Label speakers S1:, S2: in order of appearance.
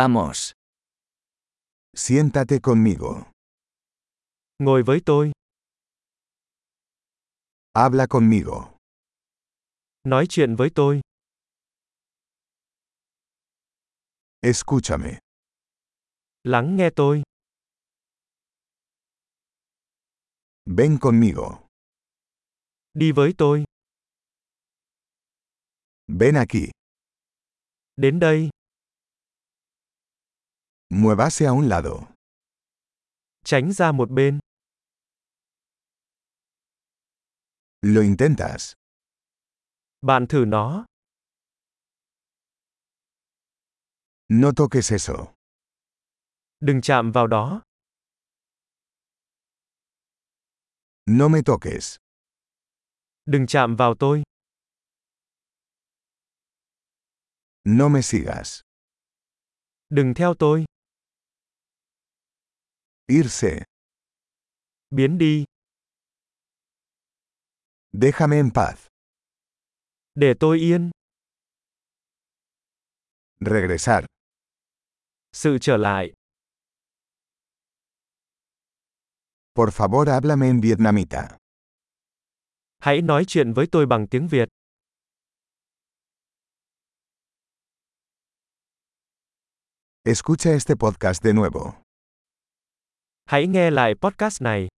S1: Vamos.
S2: Siéntate conmigo.
S3: Ngồi với tôi,
S2: Habla conmigo.
S3: nói chuyện với tôi,
S2: Escúchame.
S3: lắng nghe tôi,
S2: Ven conmigo.
S3: đi với tôi,
S2: Ven aquí.
S3: đến đây,
S2: Muévase a un lado.
S3: tránh ra một bên,
S2: Lo intentas.
S3: bạn thử nó,
S2: No toques eso.
S3: đừng chạm vào đó,
S2: No me toques.
S3: đừng chạm vào tôi,
S2: No me sigas.
S3: đừng theo tôi,
S2: Irse.
S3: biến đi,
S2: Déjame en paz.
S3: để tôi yên,
S2: Regresar.
S3: sự trở lại,
S2: Por favor, háblame en vietnamita.
S3: hãy nói chuyện với tôi bằng tiếng Việt,
S2: Escucha este podcast de nuevo.
S3: hãy nghe lại podcast này.